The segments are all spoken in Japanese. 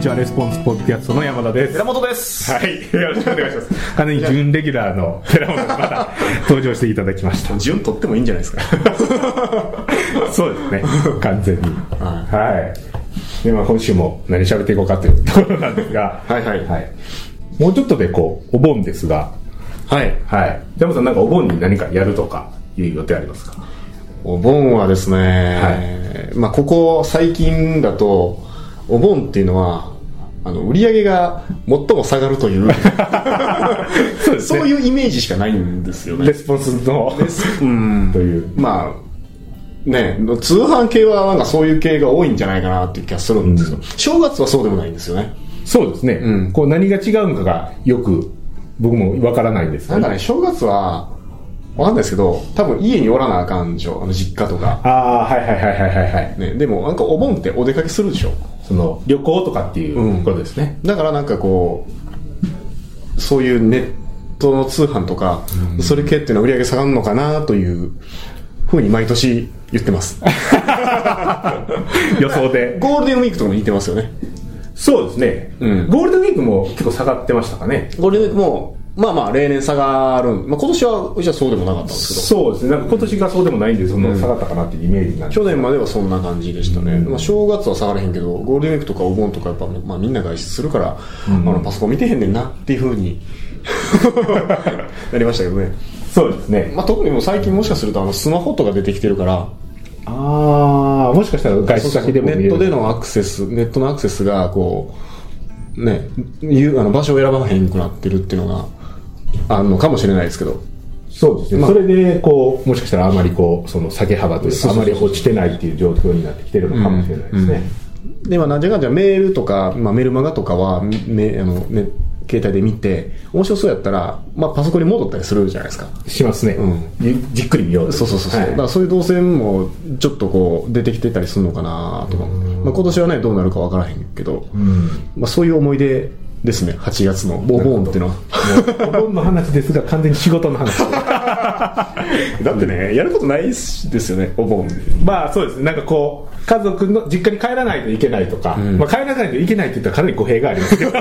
チュアレスポンスポッドキャストの山田です寺本です。はいよろしくお願いします完全に準レギュラーの寺本がまた登場していただきました順取ってもいいんじゃないですか。 そうですね完全にははいでまあ今週も何喋っていこうかというところなんですがはいはいはい、もうちょっとでこうお盆ですがはい。はい寺本さんなんかお盆に何かやるとかいう予定ありますかお盆はですね、まあここ最近だと、お盆っていうのは、あの、売り上げが最も下がると いう、そうですそういうイメージしかないんですよレね。スポンスのうんと。いうまあ、ね、通販系はなんかそういう系が多いんじゃないかなっていう気がするんですよ。正月はそうでもないんですよね。そうですね、うんこう何が違うんかがよく僕もわからないんですなんかね、正月は、わかんないですけど、多分家におらなあかんでしょ。あの実家とか。ああはいはいはいはいはいはいね、でもなんかお盆ってお出かけするでしょその旅行とかっていうんうことです ね、だからなんかこうそういうネットの通販とか、それ系っていうのは売り上げ下がるのかなというふうに毎年言ってます予想でゴールデンウィークとかも似てますよねそうですね、うんゴールデンウィークも結構下がってましたかねゴールデンウィークもまあまあ例年下がるん、まあ、今年はうちはそうでもなかったんですけどそうですねなんか今年がそうでもないんでその下がったかなっていうイメージなんで、去年まではそんな感じでしたね、まあ、正月は下がらへんけどゴールデンウィークとかお盆とかやっぱ、まあ、みんな外出するから、あのパソコン見てへんねんなっていうふうに なりましたけどねそうですねまあ、特にもう最近もしかするとあのスマホとか出てきてるからああもしかしたら外出先でもネ見れるットでのアクセスネットのアクセスがこうねいうあの場所を選ばへんくなってるっていうのがあるのかもしれないですけどそうですね、まあそれでこうもしかしたらあまりこうその下げ幅というそかうあそうまそうり落ちてないっていう状況になってきてるのかもしれないですね、でまあなんじゃかんじゃメールとか、まあ、メルマガとかはめあの、ね、携帯で見て面白そうやったら、まあ、パソコンに戻ったりするじゃないですかしますね、うじじっくり見ようとそうそうそうそう、はいだからそういう動線もちょっとこう出てきてたりするのかなとか、まあ、今年はねどうなるかわからへんけど、まあ、そういう思い出ですね8月のボーボーンっていうのはもうお盆の話ですが完全に仕事の話だってねやることないですよねお盆まあそうですねなんかこう家族の実家に帰らないといけないとか、まあ、帰らないといけないって言ったらかなり語弊がありますけ ど帰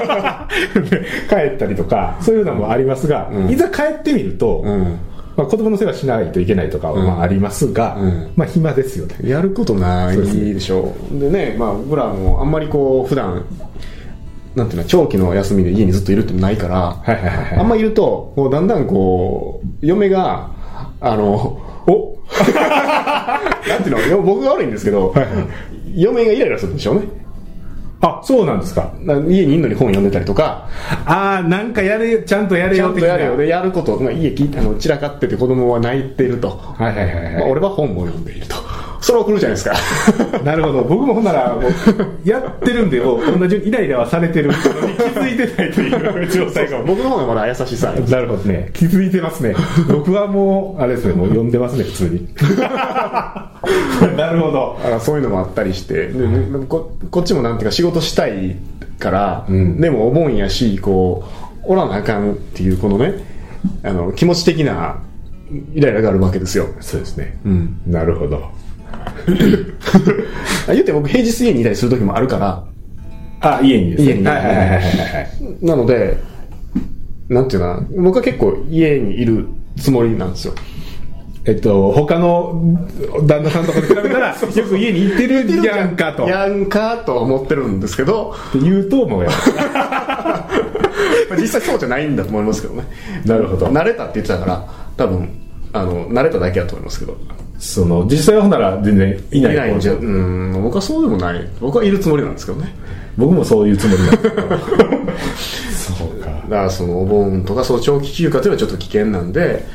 ったりとかそういうのもありますが、いざ帰ってみると、んまあ、子供の世話しないといけないとかはまあありますが、んまあ暇ですよねやることないでしょうでねまあ僕らもあんまりこう普段なんていうの長期の休みで家にずっといるってないから、いはいはいはいあんまいるとこうだんだんこう嫁があのおなんていうのよ僕が悪いんですけど、はいは嫁がイライラするんでしょうねあそうなんですかな家にいんのに本読んでたりとかああなんかやれよちゃんとやれちゃよん的となやるよでやること、まあ、家聞いあの散らかってて子供は泣いてるとはいはいはい、まあはい俺は本も読んでいると。それを送るじゃないですか。なるほど僕もほんならもうやってるんでもう同じようにイライラはされてるのに気づいてないという状態かも僕の方がまだ優しさ。なるほどね気づいて ますね僕はもうあれですねもう呼んでますね普通に なるほどあそういうのもあったりして、ででここっちもなんていうか仕事したいから、んでもお盆やし、こう、おらなあかんっていう、このね、あの、気持ち的なイライラがあるわけですよ。そうですね、うんなるほどあ言うて僕平日家にいたりする時もあるから、あ家にですね家にはいはいはいはいはいなので、なんていうかな、僕は結構家にいるつもりなんですよ。えっと他の旦那さんとかと比べた らよく家に行ってるやんかとっやんかと思ってるんですけど、て言うともうやっぱまあ実際そうじゃないんだと思いますけどね。なるほど慣れたって言ってたから、多分、あの、慣れただけだと思いますけど。その実際はほんなら全然いいないないんじゃ、うん、僕はそうでもない。僕はいるつもりなんですけどね。僕も そういうつもりなんですけどそうかだからそのお盆とか、その長期休暇というのはちょっと危険なんで、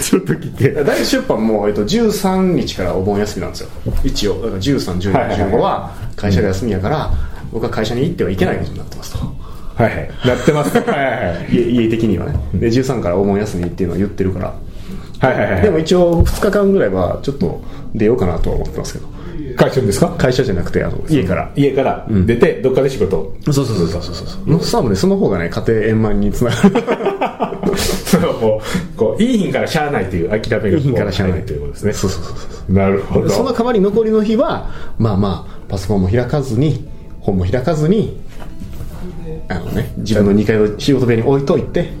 ちょっと聞け大学出版も、えっと、13日からお盆休みなんですよ。一応、だから13、14、はいはいはい15は会社が休みやから、僕は会社に行ってはいけないことになってますと。はいはいなってますはいはいはい家家的にはね。で、13からお盆休みっていうのは言ってるから。はいはいはいでも一応2日間ぐらいはちょっと出ようかなとは思ってますけど。会社ですか会社じゃなくて、あの、家から。家から出て、どっかで仕事をそうそうそうそうそうそう。ノスターもね、その方がね、家庭円満につながる。そのもうこういい品からしゃあないという諦めがいい日からしゃあないということですねそうそうそうそうなるほどその代わり残りの日はまあまあパソコンも開かずに本も開かずにあのね自分の2階の仕事部屋に置いといて、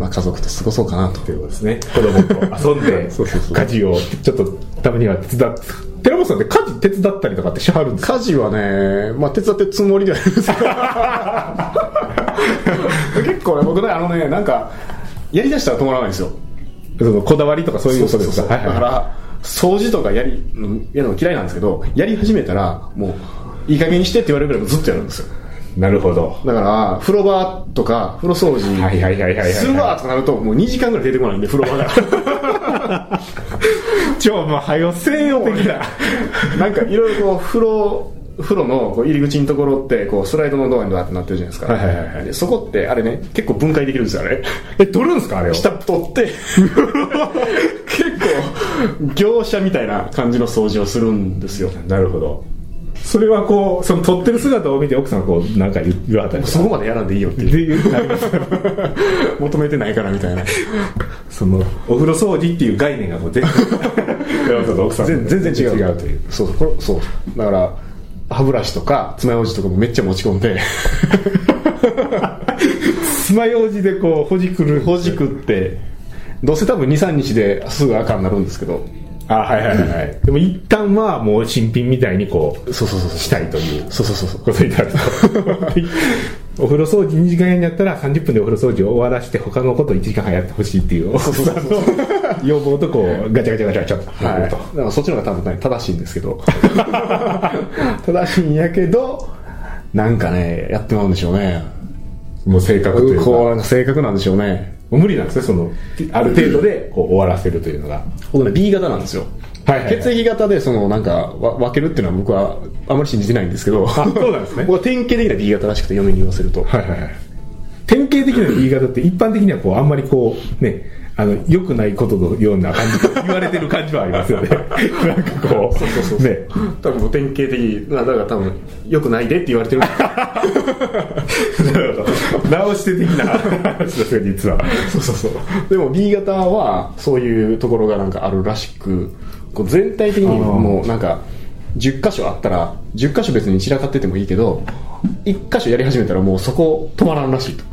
まあ、家族と過ごそうかなとということですね子供と遊んで そうそうそう家事をちょっとたまには手伝って寺本さんって家事手伝ったりとかってしはるんですか家事はね、まあ、手伝ってるつもりではありますけど 結構ね僕ねあのねなんかやりだしたら止まらないんですよそのこだわりとかそういうことですかだはいはいから掃除とかやりうんやるの嫌いなんですけどやり始めたらもういい加減にしてって言われるぐらいずっとやるんですよなるほどだから風呂場とか風呂掃除はいはいはいはいはいするわとかなるともう2時間ぐらい出てこないんで風呂場 が超もうはよせよ的ななんかいろいろこう風呂風呂のこう入り口のところってこうスライドのドアにドアってなってるじゃないですか、はいはいはいはいでそこってあれね結構分解できるんですよあれえ取るんですかあれを下取って 結構業者みたいな感じの掃除をするんですよなるほどそれはこうその撮ってる姿を見て奥さんはこうなんか言う言わはったりとそかこまでやらんでいいよ っていうで言うなります求めてないからみたいなそのお風呂掃除っていう概念がもう全然寺本さんと奥さん全と全然違う違うというそうそうこれそうだから歯ブラシとか爪楊枝とかもめっちゃ持ち込んで爪楊枝でこうほじくるほじくってどうせ多分23日ですぐ赤になるんですけどあはいはいはいはいでも一旦はもう新品みたいにこうそうそうそうそうしたいという そうそうそうそうことになるとお風呂掃除2時間やんやったら30分でお風呂掃除を終わらして他のこと1時間半やってほしいっていうそうそうそう要望とこうガチャガチャガチャガチャっとはい、だからそっちの方が多分ね正しいんですけど 正しいんやけどなんかねやってまうんでしょうねもう性格というかこうなんか性格なんでしょうね無理なんですねそのある程度でこう終わらせるというのが僕ね B 型なんですよ、はいはいはい血液型でそのなんかわ分けるっていうのは僕はあまり信じてないんですけどそうなんですね 僕は典型的な B 型らしくて嫁に言わせると、はいはいはい典型的な言い方って一般的にはこうあんまりこうねあの良くないことのような感じで言われてる感じはありますよ ねなんかこうね 多分もう典型的なだから多分よくないでって言われてる直して的な話ですよ実はそうそうそう でも B 型はそういうところがなんかあるらしくこう全体的にもうなんか10箇所あったら10箇所別に散らかっててもいいけど1箇所やり始めたらもうそこ止まらんらしいと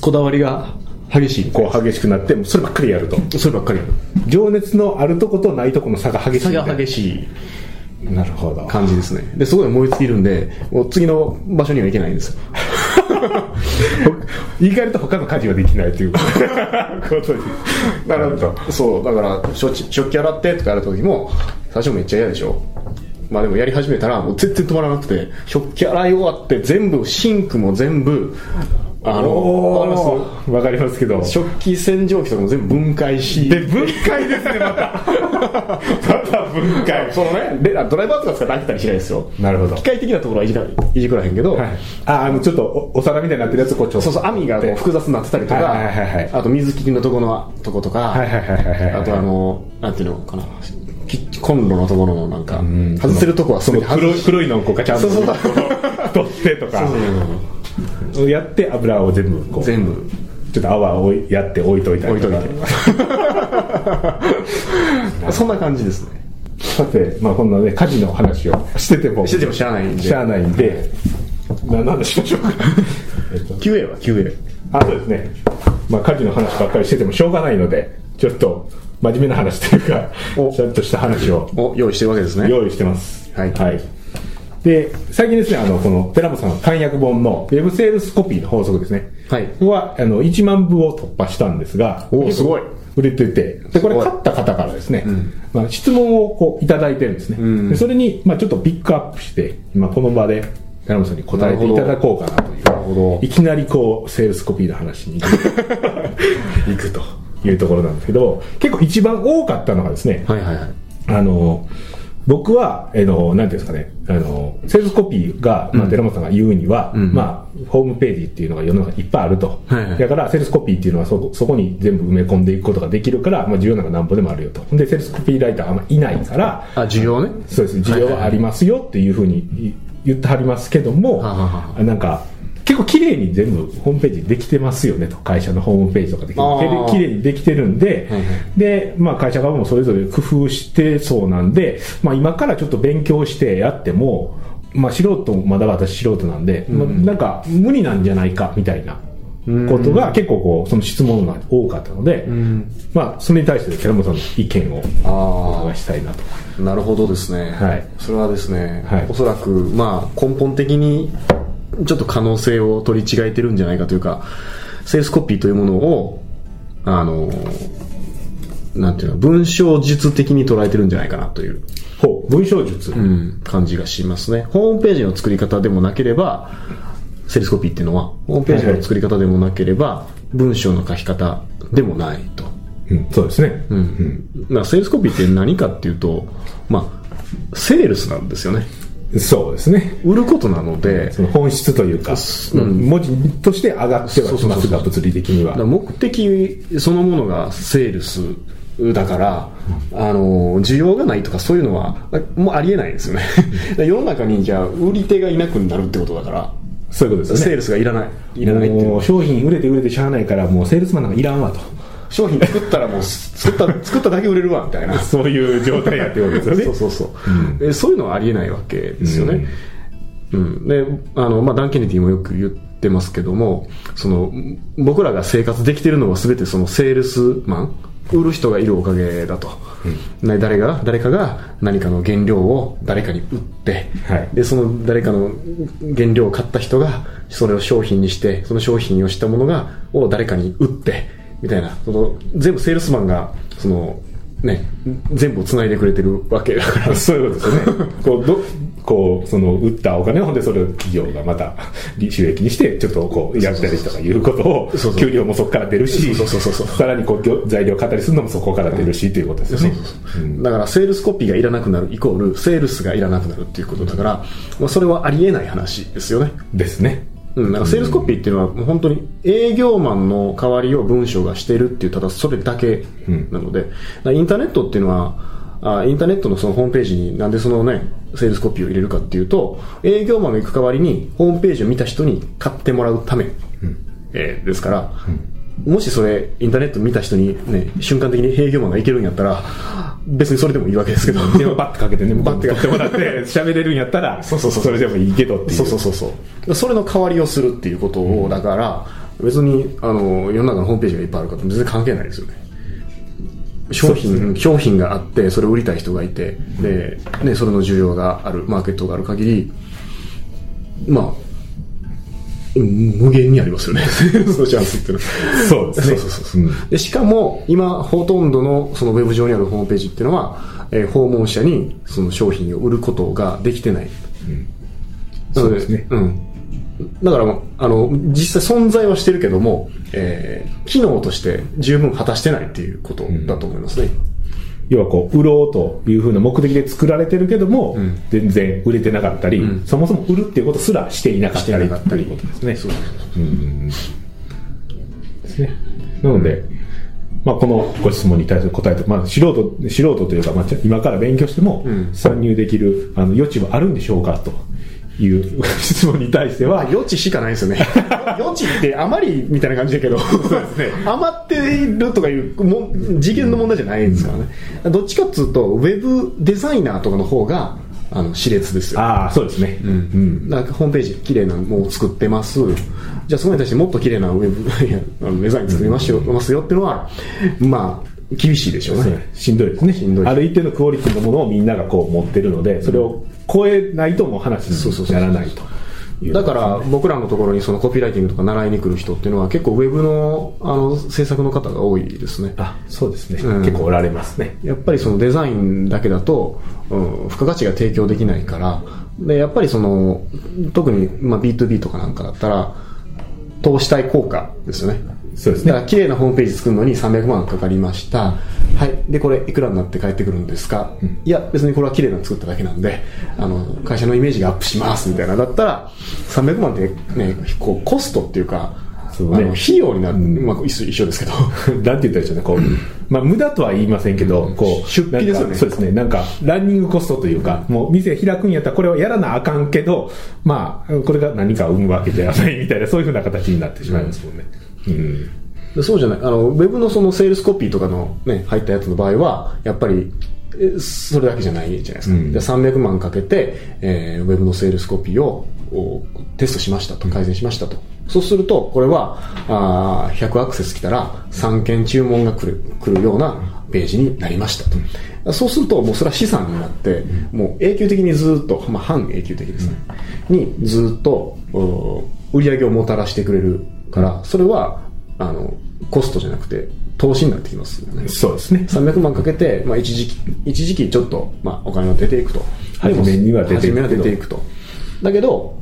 こだわりが激しいこう激しくなってもうそればっかりやるとそればっかりやる情熱のあるとことないとこの差が激しい差みたいなが激しいなるほど感じですねでそこで燃え尽きるんでもう次の場所には行けないんですよ意外と他の家事はできないということになるほどそうだから食器食器洗ってとかやるときも最初めっちゃ嫌でしょまあでもやり始めたらもう全然止まらなくて食器洗い終わって全部シンクも全部あのわかりおまーわかりますけどす食器洗浄機とかも全部分解しで分解ですね またまた分解そのねレドライバーとか使って開けたりしないですよなるほど機械的なところはいじらいじくらへんけど、はい、ああのちょっとおお皿みたいになってるやつこうちょっそうとそう網がこう複雑になってたりとか、はいはいはいはいあと水切りのとこのとことか、はいはいはいはいはいあとあのなんていうのかなキッチンコンロのところのなんかん外せるとこはその黒い黒いのをこうガチャンとそうそう取ってとかやって油を全部こう全部ちょっと泡をやって置いといた置りいとといかてそんな感じですねさて、まあ、こんなね家事の話をしててもしてても知らないんでしゃあないんで何の話しましょうかえっと QA は QA あそうですね、まあ、家事の話ばっかりしててもしょうがないのでちょっと真面目な話というかおちゃんとした話をを用意してるわけですね用意してます。はいで、最近ですね、あの、この、寺本さんの簡約本の Web セールスコピーの法則ですね。はいここは、あの、1万部を突破したんですが、おーすごい売れてて、で、これすごい買った方からですね、まあ、質問をこういただいてるんですね。でそれに、まあ、ちょっとピックアップして、今この場で、寺本さんに答えていただこうかなという。なるほどいきなりこう、セールスコピーの話に行 く行くというところなんですけど、結構一番多かったのがですね、はいはいはいあの、僕は、えの、なんていうんですかね、あの、セールスコピーが、まあ、寺本さんが言うには、まあ、ホームページっていうのが世の中いっぱいあると。はいはいだから、セールスコピーっていうのはそこ、そこに全部埋め込んでいくことができるから、まあ、需要なんかなんぼでもあるよと。で、セールスコピーライターあんまいないから、あ需要ねそうです、需要はありますよっていうふうにい言ってはりますけどもはあはあは、なんか、結構綺麗に全部ホームページできてますよねと会社のホームページとかであー綺麗にできてるんで、はいはいで、まあ、会社側もそれぞれ工夫してそうなんで、まあ、今からちょっと勉強してやっても、まあ、素人まだ私素人なんで、まあなんか無理なんじゃないかみたいなことが結構こうその質問が多かったので、んまあ、それに対して寺本さんの意見をおあ伺いしたいなと。あなるほどですね、はいそれはですね、はいおそらくまあ根本的にちょっと可能性を取り違えてるんじゃないかというかセールスコピーというものをあのなんていうの文章術的に捉えてるんじゃないかなというほう文章術、うん、感じがしますね。ホームページの作り方でもなければ、セールスコピーっていうのは、ホームページの作り方でもなければ、文章の書き方でもないと。うん、そうですね、うん。まあセールスコピーって何かっていうと、まあ、セールスなんですよね。そうですね売ることなので、その本質というか、文字として上がってはきそうまそうすそがうそう物理的にはだから目的そのものがセールスだから、あの需要がないとかそういうのはあもうありえないです よねだから世の中にじゃあ売り手がいなくなるってことだからそういうことですよねセールスがいらないいらないっていうもう商品売れて売れてしゃあないからもうセールスマンなんかいらんわと商品作ったらもう 作った作っただけ売れるわみたいなそういう状態やってことですよねそうそうそう、えそういうのはありえないわけですよね、うんであの、まあ、ダン・ケネディもよく言ってますけどもその僕らが生活できてるのは全てそのセールスマン売る人がいるおかげだと、な誰が誰かが何かの原料を誰かに売って、はいでその誰かの原料を買った人がそれを商品にしてその商品をしたものがを誰かに売ってみたいなその全部セールスマンがその、ね、全部をつないでくれてるわけだか らそういうことですよねこうどこうその売ったお金をほんでそれを企業がまた利収益にしてちょっとこうやったりとかいうことをそうそう給料もそこから出るしそうそうそうそうさらにこうぎょ材料買ったりするのもそこから出るしということですよねだからセールスコピーがいらなくなるイコールセールスがいらなくなるっていうことだから、まあ、それはありえない話ですよね、ですねうん、だからセールスコピーっていうのはもう本当に営業マンの代わりを文章がしているっていうただそれだけなので、だからインターネットっていうのはあインターネットのそのホームページになんでそのねセールスコピーを入れるかっていうと営業マンが行く代わりにホームページを見た人に買ってもらうため、えーですから、もしそれインターネット見た人に、ね、瞬間的に営業マンがいけるんやったら別にそれでもいいわけですけど電話バッてかけてねバッて取ってもらって喋れるんやったらそうそうそうそれでもいいけどっていうそうそうそうそうそれの代わりをするっていうことを、だから別にあの世の中のホームページがいっぱいあるから全然関係ないですよね商品商品があってそれを売りたい人がいてででそれの需要があるマーケットがある限りまあうん無限にありますよね そのチャンスっていうのはそうですそねうそうそうそう、うんでしかも今ほとんどのそのウェブ上にあるホームページっていうのは、えー訪問者にその商品を売ることができてない、なのそうですねうんだからもうあの実際存在はしてるけども、えー機能として十分果たしてないっていうことだと思いますね、要はこう売ろうというふうな目的で作られてるけども、全然売れてなかったり、そもそも売るっていうことすらしていなかったりしていなかったりということですねそうですねなので、まあ、このご質問に対する答えと、まあ、素人素人というか、まあ、ちょ今から勉強しても参入できるあの余地はあるんでしょうかという質問に対してまあは余地しかないですよ ね余地って余りみたいな感じだけど 余ってるとかいうもん次元の問題じゃないですからね、どっちかっつうとウェブデザイナーとかの方があの熾烈ですよああそうですね、うんなんかホームページ綺麗なのもう作ってますじゃあそこに対してもっと綺麗なウェブいやあのデザイン作りますよ,、ますよっていうのはまあ厳しいでしょうそねうしんどいですねしんどいある一定のクオリティのものをみんながこう持ってるのでそれを超えないともう話にならないというだから僕らのところにそのコピーライティングとか習いに来る人っていうのは結構ウェブのあの制作の方が多いですねあそうですね、うん結構おられますね やっぱりそのデザインだけだと、うん、付加価値が提供できないからでやっぱりその特に、まあ、B2B とかなんかだったら投資対効果ですよねそうですだねから綺麗なホームページ作るのに300万かかりましたはいでこれいくらになって帰ってくるんですか、いや別にこれは綺麗なの作っただけなんであの会社のイメージがアップしますみたいなだったら300万って、ね、こうコストっていうかそうね、あの費用になる、まあ、一緒一緒ですけどなんて言ったらいいでしょうねこう、まあ、無駄とは言いませんけど、こう出費ですよねなんかそうですねなんかランニングコストというか、もう店開くんやったらこれはやらなあかんけどまあこれが何かを生むわけじゃないみたいなそういうふうな形になってしまいますもんね、うんそうじゃないあのウェブのそのセールスコピーとかの、ね、入ったやつの場合はやっぱりえそれだけじゃないじゃないですか、うんで300万かけて、えーウェブのセールスコピーをおテストしましたと改善しましたと、そうするとこれはあー100アクセス来たら3件注文が来る来るようなページになりましたと、そうするともうそれは資産になって、もう永久的にずっと、まあ、半永久的ですね、にずっとお売り上げをもたらしてくれるからそれはあのコストじゃなくて投資になってきますよねそうですね300万かけて、まあ、一時期一時期ちょっと、まあ、お金は出ていくと初めには出ていくけど初めは出ていくとだけど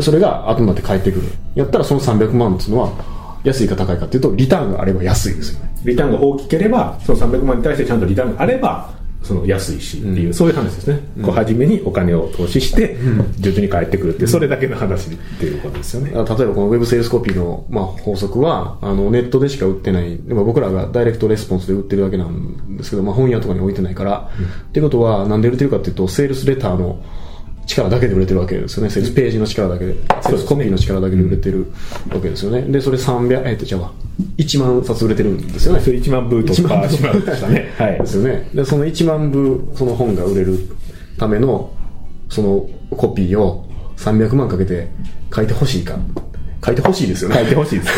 それが後になって返ってくるやったらその300万っていうのは安いか高いかっていうとリターンがあれば安いですよねリターンが大きければその300万に対してちゃんとリターンがあればその安いしっていう、そういう話ですね、こう初めにお金を投資して、徐々に返ってくるってそれだけの話っていうことですよね、あ例えばこのウェブセールスコピーの、まあ、法則はあのネットでしか売ってない、まあ、僕らがダイレクトレスポンスで売ってるわけなんですけど、まあ、本屋とかに置いてないから、っていうことはなんで売れてるかっていうとセールスレターの力だけで売れてるわけですよねセールスページの力だけでセールスコピーの力だけで売れてるわけですよねでそれ300えっとじゃあ1万冊売れてるんですよねそれ1万部突破しまいました ね はでいすよね。で、その1万部、その本が売れるための、そのコピーを300万かけて書いてほしいか。書いてほしいですよね。書いてほ しいです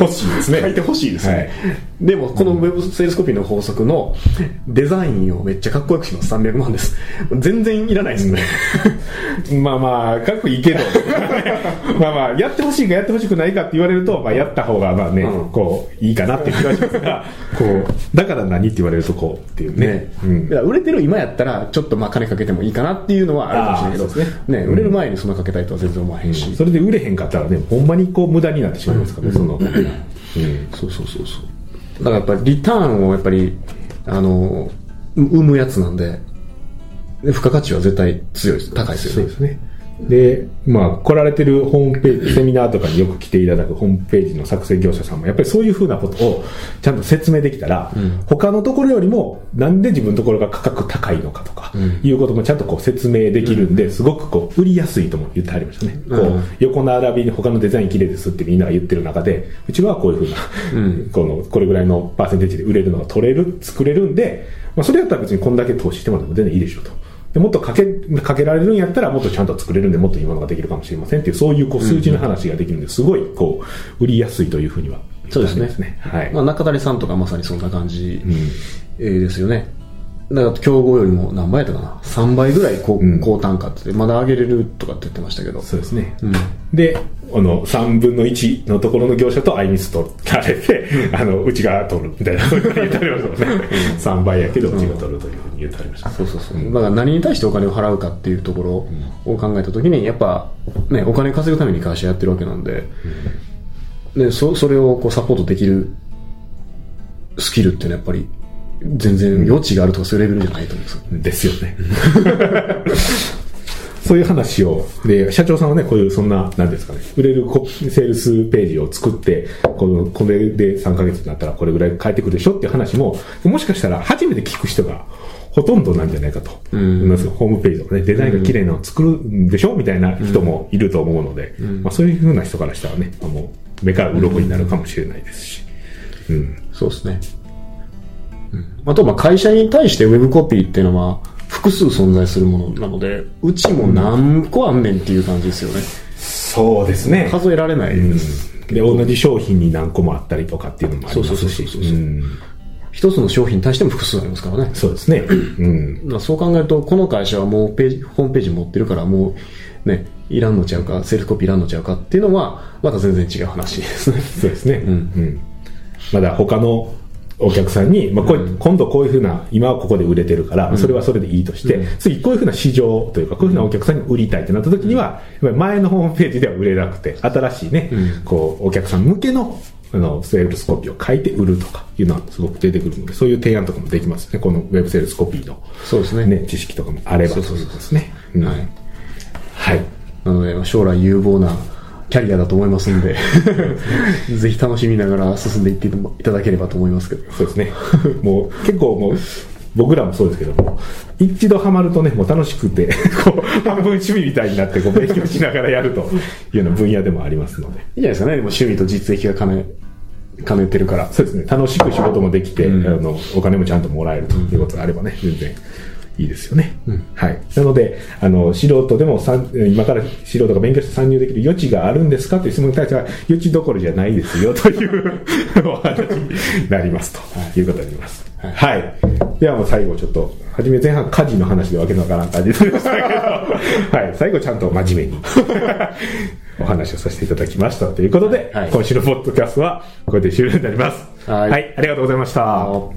欲しいですね書いてほしいですよね。はいでも、このウェブセールスコピーの法則のデザインをめっちゃかっこよくします。300万です。全然いらないですよね。まあまあ、かっこいいけど、 まあまあ、やってほしいかやってほしくないかって言われると、まあ、やった方が、まあね、うんこう、いいかなっていう気がしますが、こう、だから何って言われると、こう、っていうね。 ねうんだから売れてる今やったら、ちょっとまあ金かけてもいいかなっていうのはあるかもしれないあーそうですけど、ねね売れる前にそんなかけたいとは全然思わへんし、それで売れへんかったらね、ほんまにこう、無駄になってしまいますからね、その、うんそうそうそうそうだからやっぱりリターンをやっぱりあのう生むやつなんでで付加価値は絶対強いです高いですそうよでねすね。で、まあ、来られてるホームページ、セミナーとかによく来ていただくホームページの作成業者さんも、やっぱりそういうふうなことをちゃんと説明できたら、他のところよりも、なんで自分のところが価格高いのかとか、いうこともちゃんとこう説明できるんで、すごくこう、売りやすいとも言ってありましたね。こう、うん横並びに他のデザイン綺麗ですってみんなが言ってる中で、うちはこういうふうな、 この、これぐらいのパーセンテージで売れるのが取れる、作れるんで、まあ、それやったら別にこんだけ投資してもらっても全然いいでしょうと。でもっとかけ、かけられるんやったらもっとちゃんと作れるんで、もっといいものができるかもしれませんっていう、そういうこう数字の話ができるんで、すごいこう、売りやすいというふうには言ってありまはい。まあ、中谷さんとかまさにそんな感じ、えーですよねだから競合よりも何倍やったかな3倍ぐらい高,、ん高単価ってまだ上げれるとかって言ってましたけどそうですね。で、あの、3分の1のところの業者とアイミス取られて、あの、うちが取るみたいなそういうふうに言ってありましたもんね。3倍やけど、うちが取るというふうに言ってありました。そうそうそう。だから何に対してお金を払うかっていうところを考えたときに、やっぱ、ね、お金稼ぐために会社やってるわけなんで、でそそれをこうサポートできるスキルっていうのはやっぱり、全然余地があるとかそういうレベルじゃないと思うんですよ。ですよね。 そういう話を、で、社長さんはね、こういう、そんな、なんですかね、売れるコセールスページを作って、この、これで3ヶ月になったらこれぐらい返ってくるでしょっていう話も、もしかしたら初めて聞く人がほとんどなんじゃないかと。思いますホームページとかね、デザインが綺麗なのを作るんでしょみたいな人もいると思うので、まあそういうふうな人からしたらね、もう、目から鱗になるかもしれないですし。うん。そうですね。あと、まあ会社に対してウェブコピーっていうのは、複数存在するものなので、うちも何個あんねんっていう感じですよね。そうですね数えられないです。で同じ商品に何個もあったりとかっていうのもありますしそうそうそうそううん一つの商品に対しても複数ありますからね。そうです ね、うん、まあそう考えると、この会社はもうページ、ホームページ持ってるから、もう、ね、いらんのちゃうか、セルフコピーいらんのちゃうかっていうのは、また全然違う話です ね。そうですね、うんまだ他のお客さんに、まあこう今度こういうふうな今はここで売れてるから、それはそれでいいとして、次こういうふうな市場というかこういうふうなお客さんに売りたいってなった時には、やっぱり前のホームページでは売れなくて新しいね、こうお客さん向けのあのセールスコピーを書いて売るとかいうのはすごく出てくるのでそういう提案とかもできますねこのウェブセールスコピーの、そうですね。ね、知識とかもあればそうそうそうですね、うんはい。はいなので、まあ将来有望なキャリアだと思いますんでぜひ楽しみながら進んでいっていただければと思いますけどそうですね。 もう、結構もう、僕らもそうですけども、一度ハマるとね、もう楽しくて、 こう、半分趣味みたいになって、こう、勉強しながらやるというような分野でもありますので。いいじゃないですかねでも趣味と実益が兼ね兼ねてるからそうですね。楽しく仕事もできて、あの、お金もちゃんともらえるということがあればね、全然。いいですよね、はい。なので、あの、素人でもさん、今から素人が勉強して参入できる余地があるんですかという質問に対しては、余地どころじゃないですよというお話になりますということになります。はい。ではもう最後ちょっと、はじめ前半家事の話でわけのわからん感じでしたけど、はい。最後ちゃんと真面目 にお話をさせていただきましたということで、はい今週のポッドキャストはこれで終了になります。はいはい、ありがとうございました。あの